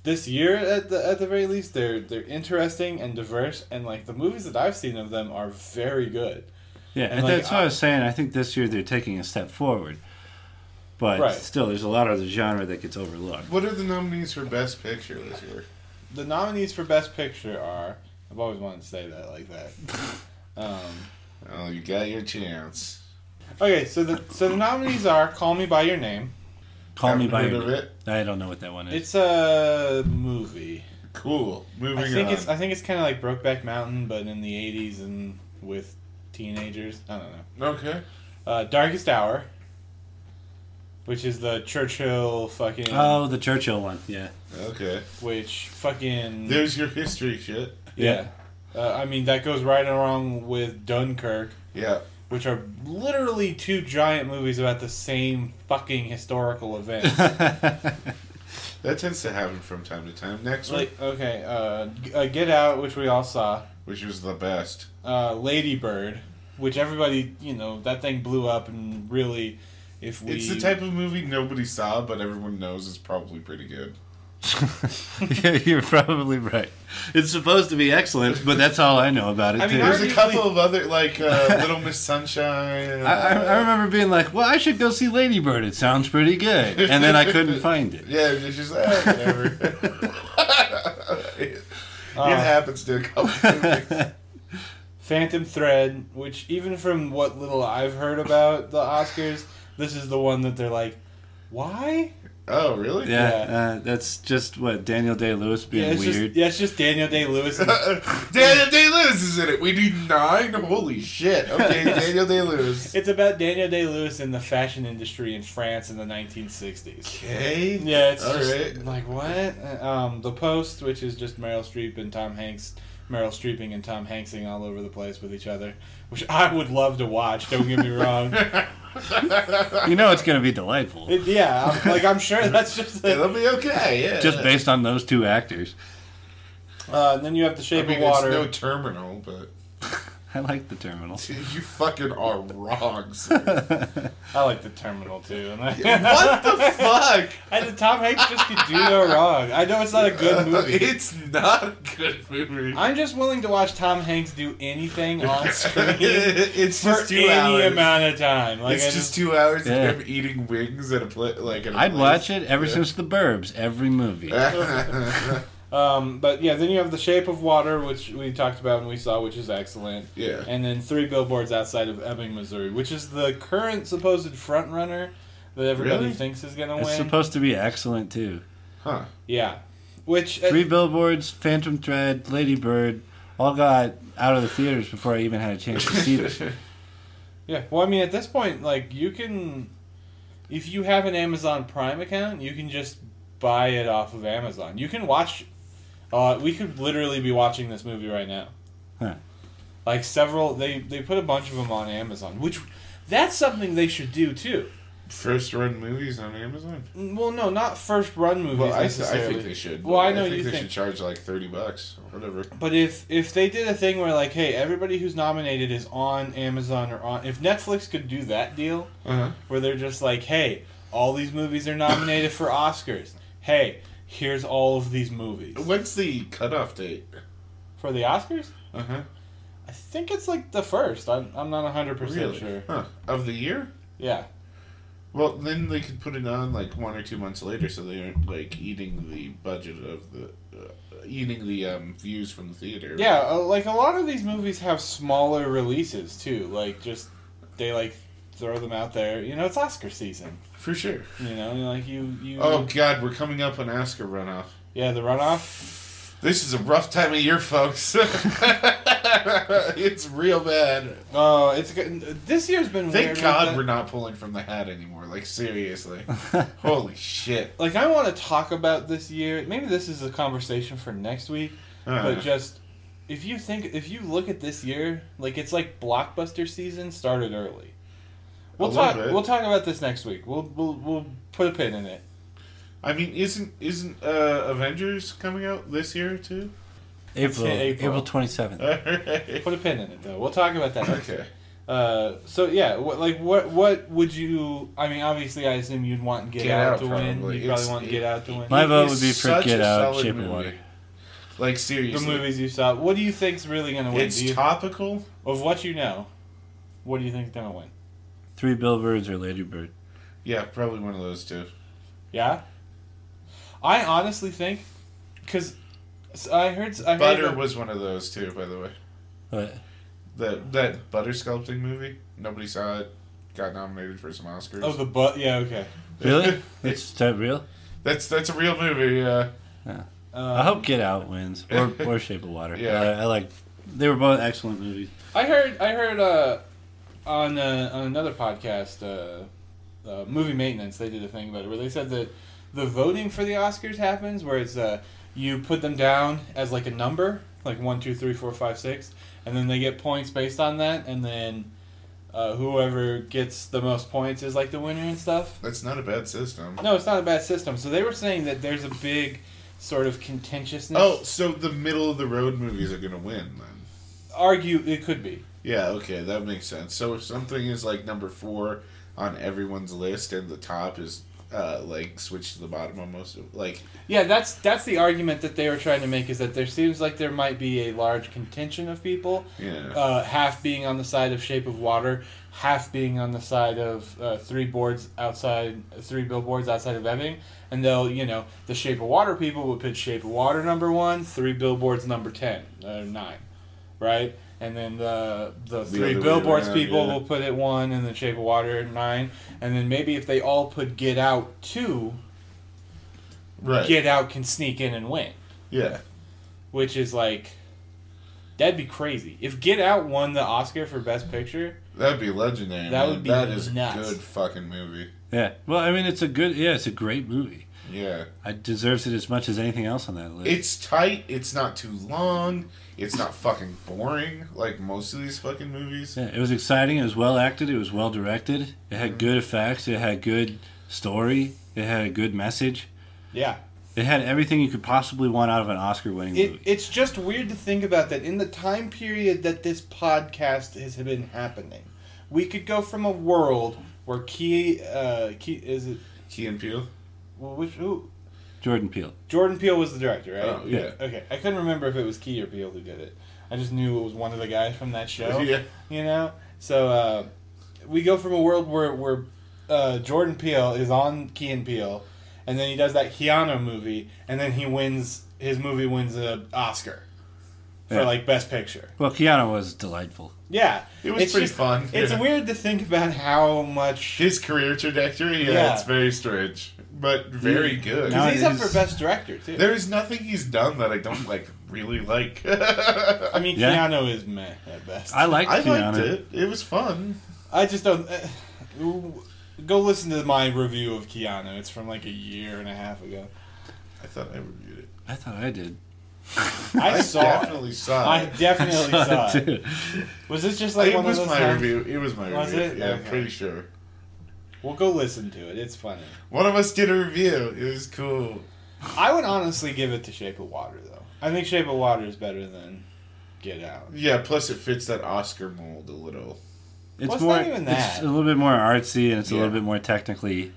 [SPEAKER 1] this year at the at the very least they're they're interesting and diverse and like the movies that I've seen of them are very good.
[SPEAKER 2] yeah
[SPEAKER 1] and
[SPEAKER 2] and
[SPEAKER 1] like,
[SPEAKER 2] that's what I, was saying i think this year they're taking a step forward but
[SPEAKER 1] Right.
[SPEAKER 2] still there's a lot of the genre that gets overlooked
[SPEAKER 3] What are the nominees for Best Picture this year?
[SPEAKER 1] the nominees for Best Picture are. I've always wanted to say that like that. Um,
[SPEAKER 3] Oh, you got your chance.
[SPEAKER 1] okay, so the so the nominees are "Call Me by Your Name."
[SPEAKER 2] call me
[SPEAKER 3] Haven't
[SPEAKER 2] by
[SPEAKER 3] heard
[SPEAKER 2] your
[SPEAKER 3] of
[SPEAKER 2] name.
[SPEAKER 3] it.
[SPEAKER 2] i don't know what that one is
[SPEAKER 1] It's a movie.
[SPEAKER 3] Cool. Moving
[SPEAKER 1] I think
[SPEAKER 3] on.
[SPEAKER 1] it's I think it's kind of like Brokeback Mountain, but in the '80s and with teenagers. I don't know.
[SPEAKER 3] okay.
[SPEAKER 1] Uh, Darkest Hour, which is the Churchill fucking,
[SPEAKER 2] Oh, the Churchill one. Yeah.
[SPEAKER 3] Okay.
[SPEAKER 1] which fucking
[SPEAKER 3] There's your history shit.
[SPEAKER 1] yeah. Uh, I mean that goes right along with Dunkirk.
[SPEAKER 3] Yeah.
[SPEAKER 1] which are literally two giant movies about the same fucking historical event.
[SPEAKER 3] That tends to happen from time to time. Next one,
[SPEAKER 1] like, okay, uh, G- uh, Get Out, which we all saw,
[SPEAKER 3] which was the best.
[SPEAKER 1] uh, Lady Bird, which everybody, you know, that thing blew up and really, if we.
[SPEAKER 3] It's the type of movie nobody saw, but everyone knows is probably pretty good.
[SPEAKER 2] yeah, you're probably right. It's supposed to be excellent, but that's all I know about it.
[SPEAKER 1] I mean,
[SPEAKER 2] too.
[SPEAKER 3] There's a
[SPEAKER 1] Arguably-
[SPEAKER 3] couple of other, like uh, Little Miss Sunshine.
[SPEAKER 2] I, I, I remember being like, "Well, I should go see Ladybird. It sounds pretty good," and then I couldn't find it.
[SPEAKER 3] Yeah, it's just ah, whatever. it, it
[SPEAKER 1] uh,
[SPEAKER 3] happens to a couple. of movies.
[SPEAKER 1] Phantom Thread, which even from what little I've heard about the Oscars, this is the one that they're like, why?
[SPEAKER 3] oh, really?
[SPEAKER 2] Yeah,
[SPEAKER 1] Yeah.
[SPEAKER 2] Uh, that's just what Daniel Day Lewis
[SPEAKER 1] Yeah,
[SPEAKER 2] being
[SPEAKER 1] it's
[SPEAKER 2] weird.
[SPEAKER 1] just yeah, it's just Daniel Day Lewis.
[SPEAKER 3] Daniel Day Lewis is in it. We need nine. Holy shit! Okay, Daniel Day Lewis.
[SPEAKER 1] It's about Daniel Day Lewis in the fashion industry in France in the 1960s.
[SPEAKER 3] Okay.
[SPEAKER 1] Yeah, it's
[SPEAKER 3] All
[SPEAKER 1] just
[SPEAKER 3] right.
[SPEAKER 1] like what? Um, the Post, which is just Meryl Streep and Tom Hanks, Meryl Streeping and Tom Hanksing all over the place with each other, which I would love to watch. Don't get me wrong.
[SPEAKER 2] you know, it's going to be delightful
[SPEAKER 1] It- yeah, I'm, like I'm sure that's just.
[SPEAKER 3] It'll
[SPEAKER 1] It.
[SPEAKER 3] be okay. Yeah.
[SPEAKER 2] just based on those two actors.
[SPEAKER 1] Uh, and then you have The
[SPEAKER 3] I
[SPEAKER 1] Shape
[SPEAKER 3] mean,
[SPEAKER 1] of Water.
[SPEAKER 3] it's no terminal, but
[SPEAKER 2] I like the Terminal.
[SPEAKER 3] you fucking are wrong. Sir.
[SPEAKER 1] I like the Terminal too. And I,
[SPEAKER 3] what the fuck?
[SPEAKER 1] I, the Tom Hanks just could do no wrong. I know it's not a good movie.
[SPEAKER 3] It's not a good movie.
[SPEAKER 1] I'm just willing to watch Tom Hanks do anything on screen.
[SPEAKER 3] it's
[SPEAKER 1] For
[SPEAKER 3] just two
[SPEAKER 1] any
[SPEAKER 3] hours.
[SPEAKER 1] amount of time, like
[SPEAKER 3] it's
[SPEAKER 1] I
[SPEAKER 3] just, two hours
[SPEAKER 2] Yeah.
[SPEAKER 3] of him eating wings at a pla- like. At a
[SPEAKER 2] I'd
[SPEAKER 3] place.
[SPEAKER 2] watch it ever
[SPEAKER 3] Yeah. Uh,
[SPEAKER 2] since The Burbs, every movie.
[SPEAKER 1] Um, but yeah, then you have the Shape of Water, which we talked about and we saw, which is excellent.
[SPEAKER 3] yeah.
[SPEAKER 1] And then three billboards outside of Ebbing, Missouri, which is the current supposed front runner that everybody
[SPEAKER 3] Really?
[SPEAKER 1] thinks is gonna
[SPEAKER 2] It's
[SPEAKER 1] win.
[SPEAKER 2] supposed to be excellent too.
[SPEAKER 3] Huh.
[SPEAKER 1] yeah, which uh,
[SPEAKER 2] Three billboards, Phantom Thread, Lady Bird, all got out of the theaters before I even had a chance to see them.
[SPEAKER 1] yeah. Well, I mean, at this point, like you can, if you have an Amazon Prime account, you can just buy it off of Amazon. You can watch. Uh, we could literally be watching this movie right now.
[SPEAKER 2] Huh.
[SPEAKER 1] Like several, they they put a bunch of them on Amazon, which that's something they should do too. Mm,
[SPEAKER 3] First run movies on Amazon.
[SPEAKER 1] Well, no, not first run movies
[SPEAKER 3] Well, I, I
[SPEAKER 1] necessarily.
[SPEAKER 3] think they should.
[SPEAKER 1] Well, I know
[SPEAKER 3] think
[SPEAKER 1] you
[SPEAKER 3] they
[SPEAKER 1] think-
[SPEAKER 3] should charge like thirty bucks or whatever.
[SPEAKER 1] But if if they did a thing where like, hey, everybody who's nominated is on Amazon or on, if Netflix could do that deal
[SPEAKER 3] Uh-huh.
[SPEAKER 1] where they're just like, hey, all these movies are nominated for Oscars. Hey, here's all of these movies
[SPEAKER 3] When's the cutoff date?
[SPEAKER 1] for the Oscars.
[SPEAKER 3] Uh huh.
[SPEAKER 1] I think it's like the first. I'm, I'm not 100% sure.
[SPEAKER 3] Huh. Of the year?
[SPEAKER 1] Yeah.
[SPEAKER 3] Well, then they could put it on like one or two months later, so they aren't like eating the budget of the uh, eating the um, views from the theater.
[SPEAKER 1] Yeah, uh, like a lot of these movies have smaller releases too. Like just they like throw them out there. You know, it's Oscar season.
[SPEAKER 3] for sure.
[SPEAKER 1] You know, like you you
[SPEAKER 3] Oh God, we're coming up on Oscar runoff.
[SPEAKER 1] yeah the runoff.
[SPEAKER 3] This is a rough time of year, folks. it's real bad.
[SPEAKER 1] Oh, it's good. This year's been. weird
[SPEAKER 3] Thank
[SPEAKER 1] with
[SPEAKER 3] God
[SPEAKER 1] that.
[SPEAKER 3] we're not pulling from the hat anymore. Like seriously, holy shit.
[SPEAKER 1] Like I want to talk about this year. Maybe this is a conversation for next week.
[SPEAKER 3] Uh,
[SPEAKER 1] But just if you think if you look at this year, like it's like blockbuster season started early. We'll
[SPEAKER 3] A little
[SPEAKER 1] talk.
[SPEAKER 3] bit.
[SPEAKER 1] We'll talk about this next week. We'll we'll we'll put a pin in it.
[SPEAKER 3] I mean, isn't isn't uh, Avengers coming out this year too?
[SPEAKER 2] April,
[SPEAKER 1] say
[SPEAKER 2] April,
[SPEAKER 1] April.
[SPEAKER 2] 27th.
[SPEAKER 3] All right.
[SPEAKER 1] Put a pin in it though. We'll talk about that. next
[SPEAKER 3] Okay.
[SPEAKER 1] Uh, so yeah, what, like what what would you? I mean, obviously, I assume you'd want Get,
[SPEAKER 3] Get
[SPEAKER 1] Out,
[SPEAKER 3] Out
[SPEAKER 1] to win.
[SPEAKER 3] probably.
[SPEAKER 1] You probably
[SPEAKER 3] It's-
[SPEAKER 1] want
[SPEAKER 3] it-
[SPEAKER 1] Get Out to win.
[SPEAKER 2] My
[SPEAKER 3] It
[SPEAKER 2] vote
[SPEAKER 3] is
[SPEAKER 2] would be for
[SPEAKER 3] such
[SPEAKER 2] Get
[SPEAKER 3] a
[SPEAKER 2] Out,
[SPEAKER 3] solid
[SPEAKER 2] Shape and
[SPEAKER 3] movie.
[SPEAKER 2] Water.
[SPEAKER 3] Like
[SPEAKER 1] the
[SPEAKER 3] seriously,
[SPEAKER 1] movies you saw. What do you think's really gonna win?
[SPEAKER 3] It's
[SPEAKER 1] Do you,
[SPEAKER 3] topical.
[SPEAKER 1] of what you know, what do you think's gonna win?
[SPEAKER 2] Three Billboards or Lady Bird.
[SPEAKER 3] Yeah, probably one of those two.
[SPEAKER 1] Yeah, I honestly think because I heard I heard
[SPEAKER 3] Butter
[SPEAKER 1] that-
[SPEAKER 3] was one of those too, by the way.
[SPEAKER 2] But
[SPEAKER 3] That that butter sculpting movie. Nobody saw it. Got nominated for some Oscars.
[SPEAKER 1] oh the but yeah okay.
[SPEAKER 2] really, it's that real.
[SPEAKER 3] that's that's a real movie. Uh,
[SPEAKER 1] Um,
[SPEAKER 2] I hope Get Out wins or or Shape of Water.
[SPEAKER 3] Yeah.
[SPEAKER 2] I, I like. They were both excellent movies.
[SPEAKER 1] I heard I heard uh, on uh, on another podcast, uh, uh, movie maintenance. They did a thing about it where they said that the voting for the Oscars happens where it's uh, you put them down as like a number, like one, two, three, four, five, six, and then they get points based on that, and then uh, whoever gets the most points is like the winner and stuff.
[SPEAKER 3] that's not a bad system.
[SPEAKER 1] No, it's not a bad system. So they were saying that there's a big sort of contentiousness.
[SPEAKER 3] Oh, so the middle of the road movies are gonna win then.
[SPEAKER 1] argue it could be.
[SPEAKER 3] Yeah, okay, that makes sense. So if something is like number four on everyone's list and the top is uh, like switched to the bottom on most of like
[SPEAKER 1] Yeah, that's that's the argument that they were trying to make is that there seems like there might be a large contention of people,
[SPEAKER 3] yeah.
[SPEAKER 1] uh, half being on the side of Shape of Water, half being on the side of uh, three boards outside, three billboards outside of Ebbing, and they'll you know the Shape of Water people would put Shape of Water number one, three billboards number ten, uh, nine, right, and then the the three
[SPEAKER 3] other way
[SPEAKER 1] billboards
[SPEAKER 3] around,
[SPEAKER 1] people
[SPEAKER 3] yeah.
[SPEAKER 1] will put it one, and the Shape of Water at nine, and then maybe if they all put Get Out two,
[SPEAKER 3] right.
[SPEAKER 1] Get Out can sneak in and win
[SPEAKER 3] yeah.
[SPEAKER 1] which is like that'd be crazy. If Get Out won the Oscar for Best Picture,
[SPEAKER 3] That'd be legendary.
[SPEAKER 1] That
[SPEAKER 3] man.
[SPEAKER 1] would be
[SPEAKER 3] That is a
[SPEAKER 1] nuts.
[SPEAKER 3] good fucking movie.
[SPEAKER 2] Yeah. Well, I mean, it's a good. Yeah, it's a great movie.
[SPEAKER 3] Yeah.
[SPEAKER 2] It deserves it as much as anything else on that list.
[SPEAKER 3] It's tight, it's not too long, it's not fucking boring like most of these fucking movies.
[SPEAKER 2] Yeah, it was exciting. It was well acted. It was well directed. It had
[SPEAKER 1] Mm-hmm.
[SPEAKER 2] good effects. It had good story. It had a good message.
[SPEAKER 1] yeah,
[SPEAKER 2] It had everything you could possibly want out of an Oscar-winning
[SPEAKER 1] it,
[SPEAKER 2] movie.
[SPEAKER 1] it's just weird to think about that in the time period that this podcast has been happening. We could go from a world where Key, uh, Key is it?
[SPEAKER 3] Key and Peele.
[SPEAKER 1] Well, which who?
[SPEAKER 2] Jordan Peele.
[SPEAKER 1] Jordan Peele was the director, right?
[SPEAKER 3] Oh, yeah.
[SPEAKER 1] Okay, I couldn't remember if it was Key or Peele who did it. I just knew it was one of the guys from that show.
[SPEAKER 3] Yeah.
[SPEAKER 1] You know, so uh, we go from a world where where uh, Jordan Peele is on Key and Peele, and then he does that Keanu movie, and then he wins his movie wins an Oscar for
[SPEAKER 2] Yeah.
[SPEAKER 1] like Best Picture.
[SPEAKER 2] Well, Keanu was delightful.
[SPEAKER 1] Yeah,
[SPEAKER 3] It was
[SPEAKER 1] It's
[SPEAKER 3] pretty
[SPEAKER 1] just-
[SPEAKER 3] fun.
[SPEAKER 1] It's
[SPEAKER 3] yeah.
[SPEAKER 1] weird to think about how much
[SPEAKER 3] His career trajectory, yeah,
[SPEAKER 1] Yeah.
[SPEAKER 3] it's very strange, but very good.
[SPEAKER 1] 'cause
[SPEAKER 2] Now
[SPEAKER 1] he's
[SPEAKER 2] it
[SPEAKER 1] up
[SPEAKER 2] is-
[SPEAKER 1] for Best Director too.
[SPEAKER 3] There is nothing he's done that I don't like really like.
[SPEAKER 1] I mean,
[SPEAKER 2] Yeah.
[SPEAKER 1] Keanu is meh at best.
[SPEAKER 2] I liked
[SPEAKER 3] I
[SPEAKER 2] Keanu.
[SPEAKER 3] liked it. It was fun.
[SPEAKER 1] I just don't. Uh, go listen to my review of Keanu. It's from like a year and a half ago.
[SPEAKER 3] I thought I reviewed it.
[SPEAKER 2] I thought I did.
[SPEAKER 1] I, saw. it.
[SPEAKER 3] definitely Uh, saw
[SPEAKER 1] I
[SPEAKER 3] it.
[SPEAKER 1] definitely
[SPEAKER 2] I
[SPEAKER 1] saw. it.
[SPEAKER 2] too.
[SPEAKER 1] Was this just like
[SPEAKER 3] it
[SPEAKER 1] one
[SPEAKER 3] was
[SPEAKER 1] of those
[SPEAKER 3] my
[SPEAKER 1] times?
[SPEAKER 3] review. It was my
[SPEAKER 1] Was
[SPEAKER 3] review.
[SPEAKER 1] it?
[SPEAKER 3] Yeah, I'm
[SPEAKER 1] Okay.
[SPEAKER 3] pretty sure.
[SPEAKER 1] Well, go listen to it. It's funny.
[SPEAKER 3] One of us did a review. It was cool.
[SPEAKER 1] I would honestly give it to Shape of Water though. I think Shape of Water is better than Get Out.
[SPEAKER 3] Yeah, plus it fits that Oscar mold a little.
[SPEAKER 2] It's
[SPEAKER 1] Well, it's
[SPEAKER 2] more.
[SPEAKER 1] not even that.
[SPEAKER 2] It's a little bit more artsy and it's a
[SPEAKER 3] Yeah.
[SPEAKER 2] little bit more technically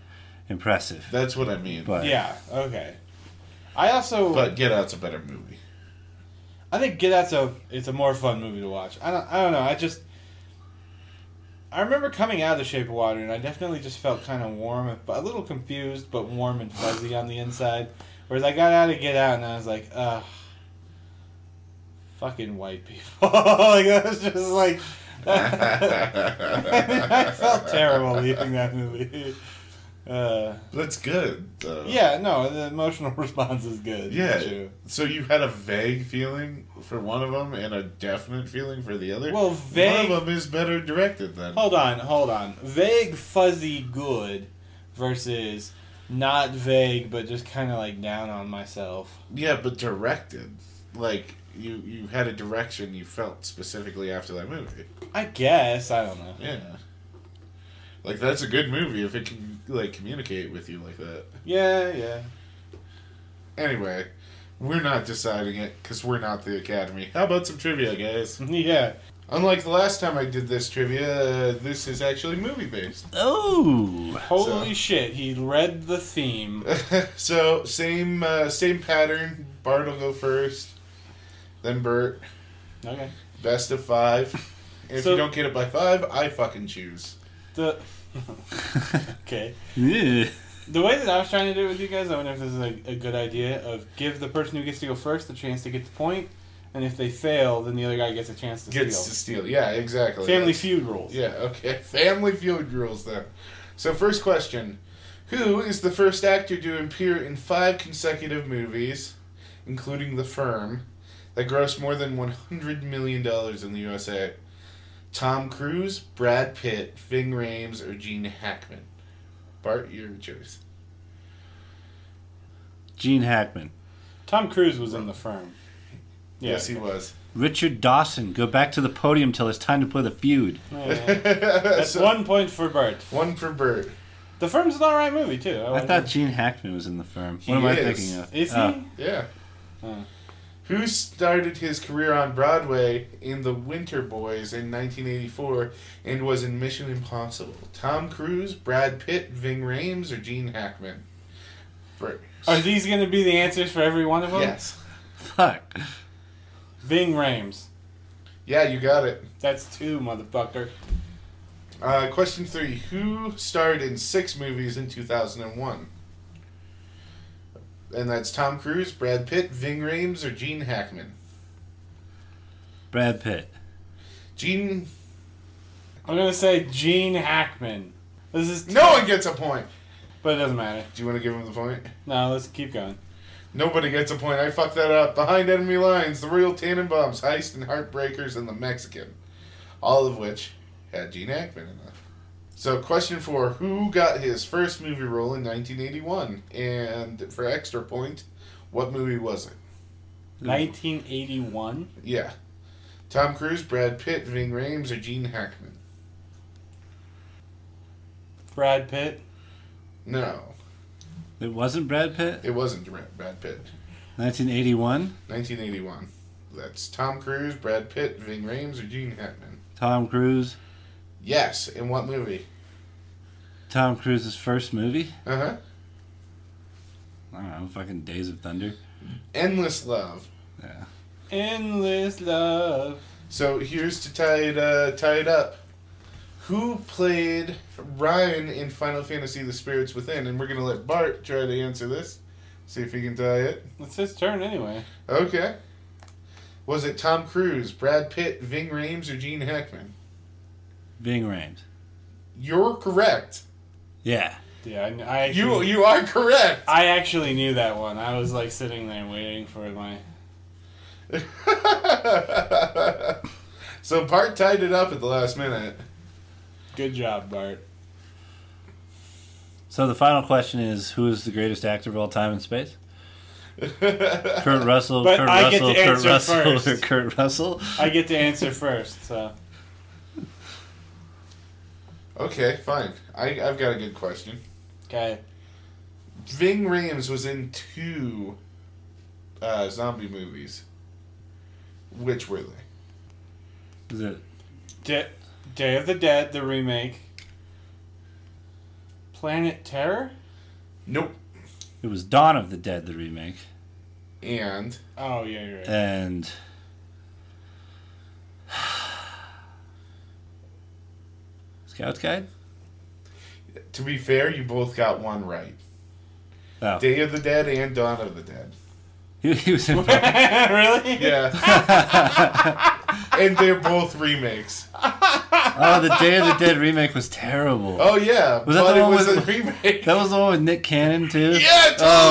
[SPEAKER 2] impressive.
[SPEAKER 3] That's what I mean. But,
[SPEAKER 2] But
[SPEAKER 1] Yeah. Okay. I also
[SPEAKER 3] Get Out's a better movie.
[SPEAKER 1] I think Get Out's a it's a more fun movie to watch. I don't I don't know. I just I remember coming out of The Shape of Water, and I definitely just felt kind of warm, and, a little confused, but warm and fuzzy on the inside. Whereas I got out of Get Out, and I was like, ugh, fucking white people. like that was just like. I felt terrible leaving that movie. Uh,
[SPEAKER 3] That's good. Though.
[SPEAKER 1] yeah, no, the emotional response is good.
[SPEAKER 3] Yeah.
[SPEAKER 1] True.
[SPEAKER 3] So you had a vague feeling for one of them and a definite feeling for the other.
[SPEAKER 1] Well, vague.
[SPEAKER 3] One of them is better directed then.
[SPEAKER 1] Hold on, hold on. Vague, fuzzy, good versus not vague, but just kind of like down on myself.
[SPEAKER 3] Yeah, but directed. Like you, you had a direction you felt specifically after that movie.
[SPEAKER 1] I guess I don't know.
[SPEAKER 3] Yeah. Like that's a good movie if it can like communicate with you like that.
[SPEAKER 1] Yeah, yeah.
[SPEAKER 3] Anyway, we're not deciding it because we're not the Academy. How about some trivia, guys?
[SPEAKER 1] Yeah.
[SPEAKER 3] Unlike the last time I did this trivia, uh, this is actually movie based.
[SPEAKER 2] Oh.
[SPEAKER 1] Holy
[SPEAKER 3] So-
[SPEAKER 1] shit, he read the theme.
[SPEAKER 3] so same uh, same pattern. Bart will go first, then Bert.
[SPEAKER 1] Okay.
[SPEAKER 3] Best of five. If
[SPEAKER 1] So-
[SPEAKER 3] you don't get it by five, I fucking choose.
[SPEAKER 1] The Okay.
[SPEAKER 2] Yeah.
[SPEAKER 1] The way that I was trying to do it with you guys, I wonder if this is a, a good idea of give the person who gets to go first the chance to get the point, and if they fail, then the other guy gets a chance to
[SPEAKER 3] Gets to
[SPEAKER 1] steal.
[SPEAKER 3] steal. Yeah, exactly.
[SPEAKER 1] Family
[SPEAKER 3] That's-
[SPEAKER 1] feud rules.
[SPEAKER 3] Yeah, okay. Family feud rules then. So first question. Who is the first actor to appear in five consecutive movies, including The Firm, that grossed more than $100 million in the USA? Tom Cruise, Brad Pitt, Ving Rhames, or Gene Hackman? Bart, your choice.
[SPEAKER 2] Gene Hackman.
[SPEAKER 1] Tom Cruise was in the firm. Yeah.
[SPEAKER 3] Yes, he was.
[SPEAKER 2] Richard Dawson, go back to the podium till it's time to play the feud.
[SPEAKER 1] Yeah. That's
[SPEAKER 3] So,
[SPEAKER 1] one point for Bert.
[SPEAKER 3] One for Bert.
[SPEAKER 1] The Firm's an alright movie too.
[SPEAKER 2] I
[SPEAKER 1] would-
[SPEAKER 2] thought Gene Hackman was in the firm.
[SPEAKER 3] He
[SPEAKER 2] What am I
[SPEAKER 3] is.
[SPEAKER 2] thinking of?
[SPEAKER 1] Oh, is he?
[SPEAKER 3] uh,
[SPEAKER 2] Oh.
[SPEAKER 3] Yeah.
[SPEAKER 1] Hmm.
[SPEAKER 3] Who started his career on Broadway in The Winter Boys in 1984 and was in Mission Impossible? Tom Cruise, Brad Pitt, Ving Rhames, or Gene Hackman? Bert.
[SPEAKER 1] Are these going to be the answers for every one of them?
[SPEAKER 3] Yes.
[SPEAKER 2] Fuck.
[SPEAKER 1] Ving Rhames.
[SPEAKER 3] Yeah, you got it.
[SPEAKER 1] That's two, motherfucker.
[SPEAKER 3] Uh, question three Who starred in six movies in 2001? And that's Tom Cruise, Brad Pitt, Ving Rhames, or Gene Hackman?
[SPEAKER 2] Brad Pitt.
[SPEAKER 3] Gene.
[SPEAKER 1] I'm going to say Gene Hackman. This is
[SPEAKER 3] No one gets a point!
[SPEAKER 1] but it doesn't matter.
[SPEAKER 3] Do you want to give him the point?
[SPEAKER 1] No, let's keep going.
[SPEAKER 3] Nobody gets a point. I fucked that up. Behind enemy lines, the Royal Tannenbaums, Heist and Heartbreakers, and the Mexican. All of which had Gene Hackman in them. So, question four Who got his first movie role in 1981? And for extra point, what movie was it?
[SPEAKER 1] 1981.
[SPEAKER 3] Yeah. Tom Cruise, Brad Pitt, Ving Rhames, or Gene Hackman?
[SPEAKER 1] Brad Pitt.
[SPEAKER 3] No,
[SPEAKER 2] It wasn't Brad Pitt?
[SPEAKER 3] it wasn't Dra- Brad Pitt.
[SPEAKER 2] 1981?
[SPEAKER 3] 1981. That's Tom Cruise, Brad Pitt, Ving Rhames, or Gene Hackman?
[SPEAKER 2] Tom Cruise.
[SPEAKER 3] Yes. In what movie?
[SPEAKER 2] Tom Cruise's first movie?
[SPEAKER 3] Uh huh.
[SPEAKER 2] I don't know, fucking Days of Thunder.
[SPEAKER 3] Endless Love.
[SPEAKER 2] Yeah.
[SPEAKER 1] Endless love.
[SPEAKER 3] So here's to tie it uh, tie it up. Who played Ryan in Final Fantasy: The Spirits Within? And we're gonna let Bart try to answer this. See if he can tie it.
[SPEAKER 1] It's his turn anyway.
[SPEAKER 3] Okay. Was it Tom Cruise, Brad Pitt, Ving Rhames, or Gene Hackman?
[SPEAKER 2] Ving Rhames.
[SPEAKER 3] You're correct.
[SPEAKER 2] Yeah.
[SPEAKER 1] Yeah, I, kn- I
[SPEAKER 3] You
[SPEAKER 1] actually-
[SPEAKER 3] you are correct.
[SPEAKER 1] I actually knew that one. I was like sitting there waiting for my.
[SPEAKER 3] so Bart tied it up at the last minute.
[SPEAKER 1] Good job, Bart.
[SPEAKER 2] So the final question is who is the greatest actor of all time in space? Kurt Russell,
[SPEAKER 1] Uh, But
[SPEAKER 2] Kurt
[SPEAKER 1] I get to
[SPEAKER 2] Russell, Kurt
[SPEAKER 1] answer
[SPEAKER 2] Russell, or
[SPEAKER 1] first.
[SPEAKER 2] Kurt Russell?
[SPEAKER 1] I get to answer first, so.
[SPEAKER 3] okay, fine. I, I've got a good question.
[SPEAKER 1] Okay.
[SPEAKER 3] Ving Rhames was in two uh, zombie movies. Which were they?
[SPEAKER 2] Is it
[SPEAKER 1] De- Day of the Dead, the remake. Planet Terror?
[SPEAKER 3] Nope.
[SPEAKER 2] It was Dawn of the Dead, the remake,
[SPEAKER 3] And
[SPEAKER 1] Oh, yeah, you're right.
[SPEAKER 2] and Scout Guide?
[SPEAKER 3] To be fair, you both got one right.
[SPEAKER 2] Oh.
[SPEAKER 3] Day of the Dead and Dawn of the Dead.
[SPEAKER 2] He, he was in
[SPEAKER 1] really?
[SPEAKER 3] Yeah. and they're both remakes.
[SPEAKER 2] Oh, the Day of the Dead remake was terrible.
[SPEAKER 3] Oh yeah,
[SPEAKER 2] Was that
[SPEAKER 3] but
[SPEAKER 2] the
[SPEAKER 3] it
[SPEAKER 2] one
[SPEAKER 3] was
[SPEAKER 2] with-
[SPEAKER 3] a remake.
[SPEAKER 2] That was the one with Nick Cannon too.
[SPEAKER 3] Yeah, it totally
[SPEAKER 2] oh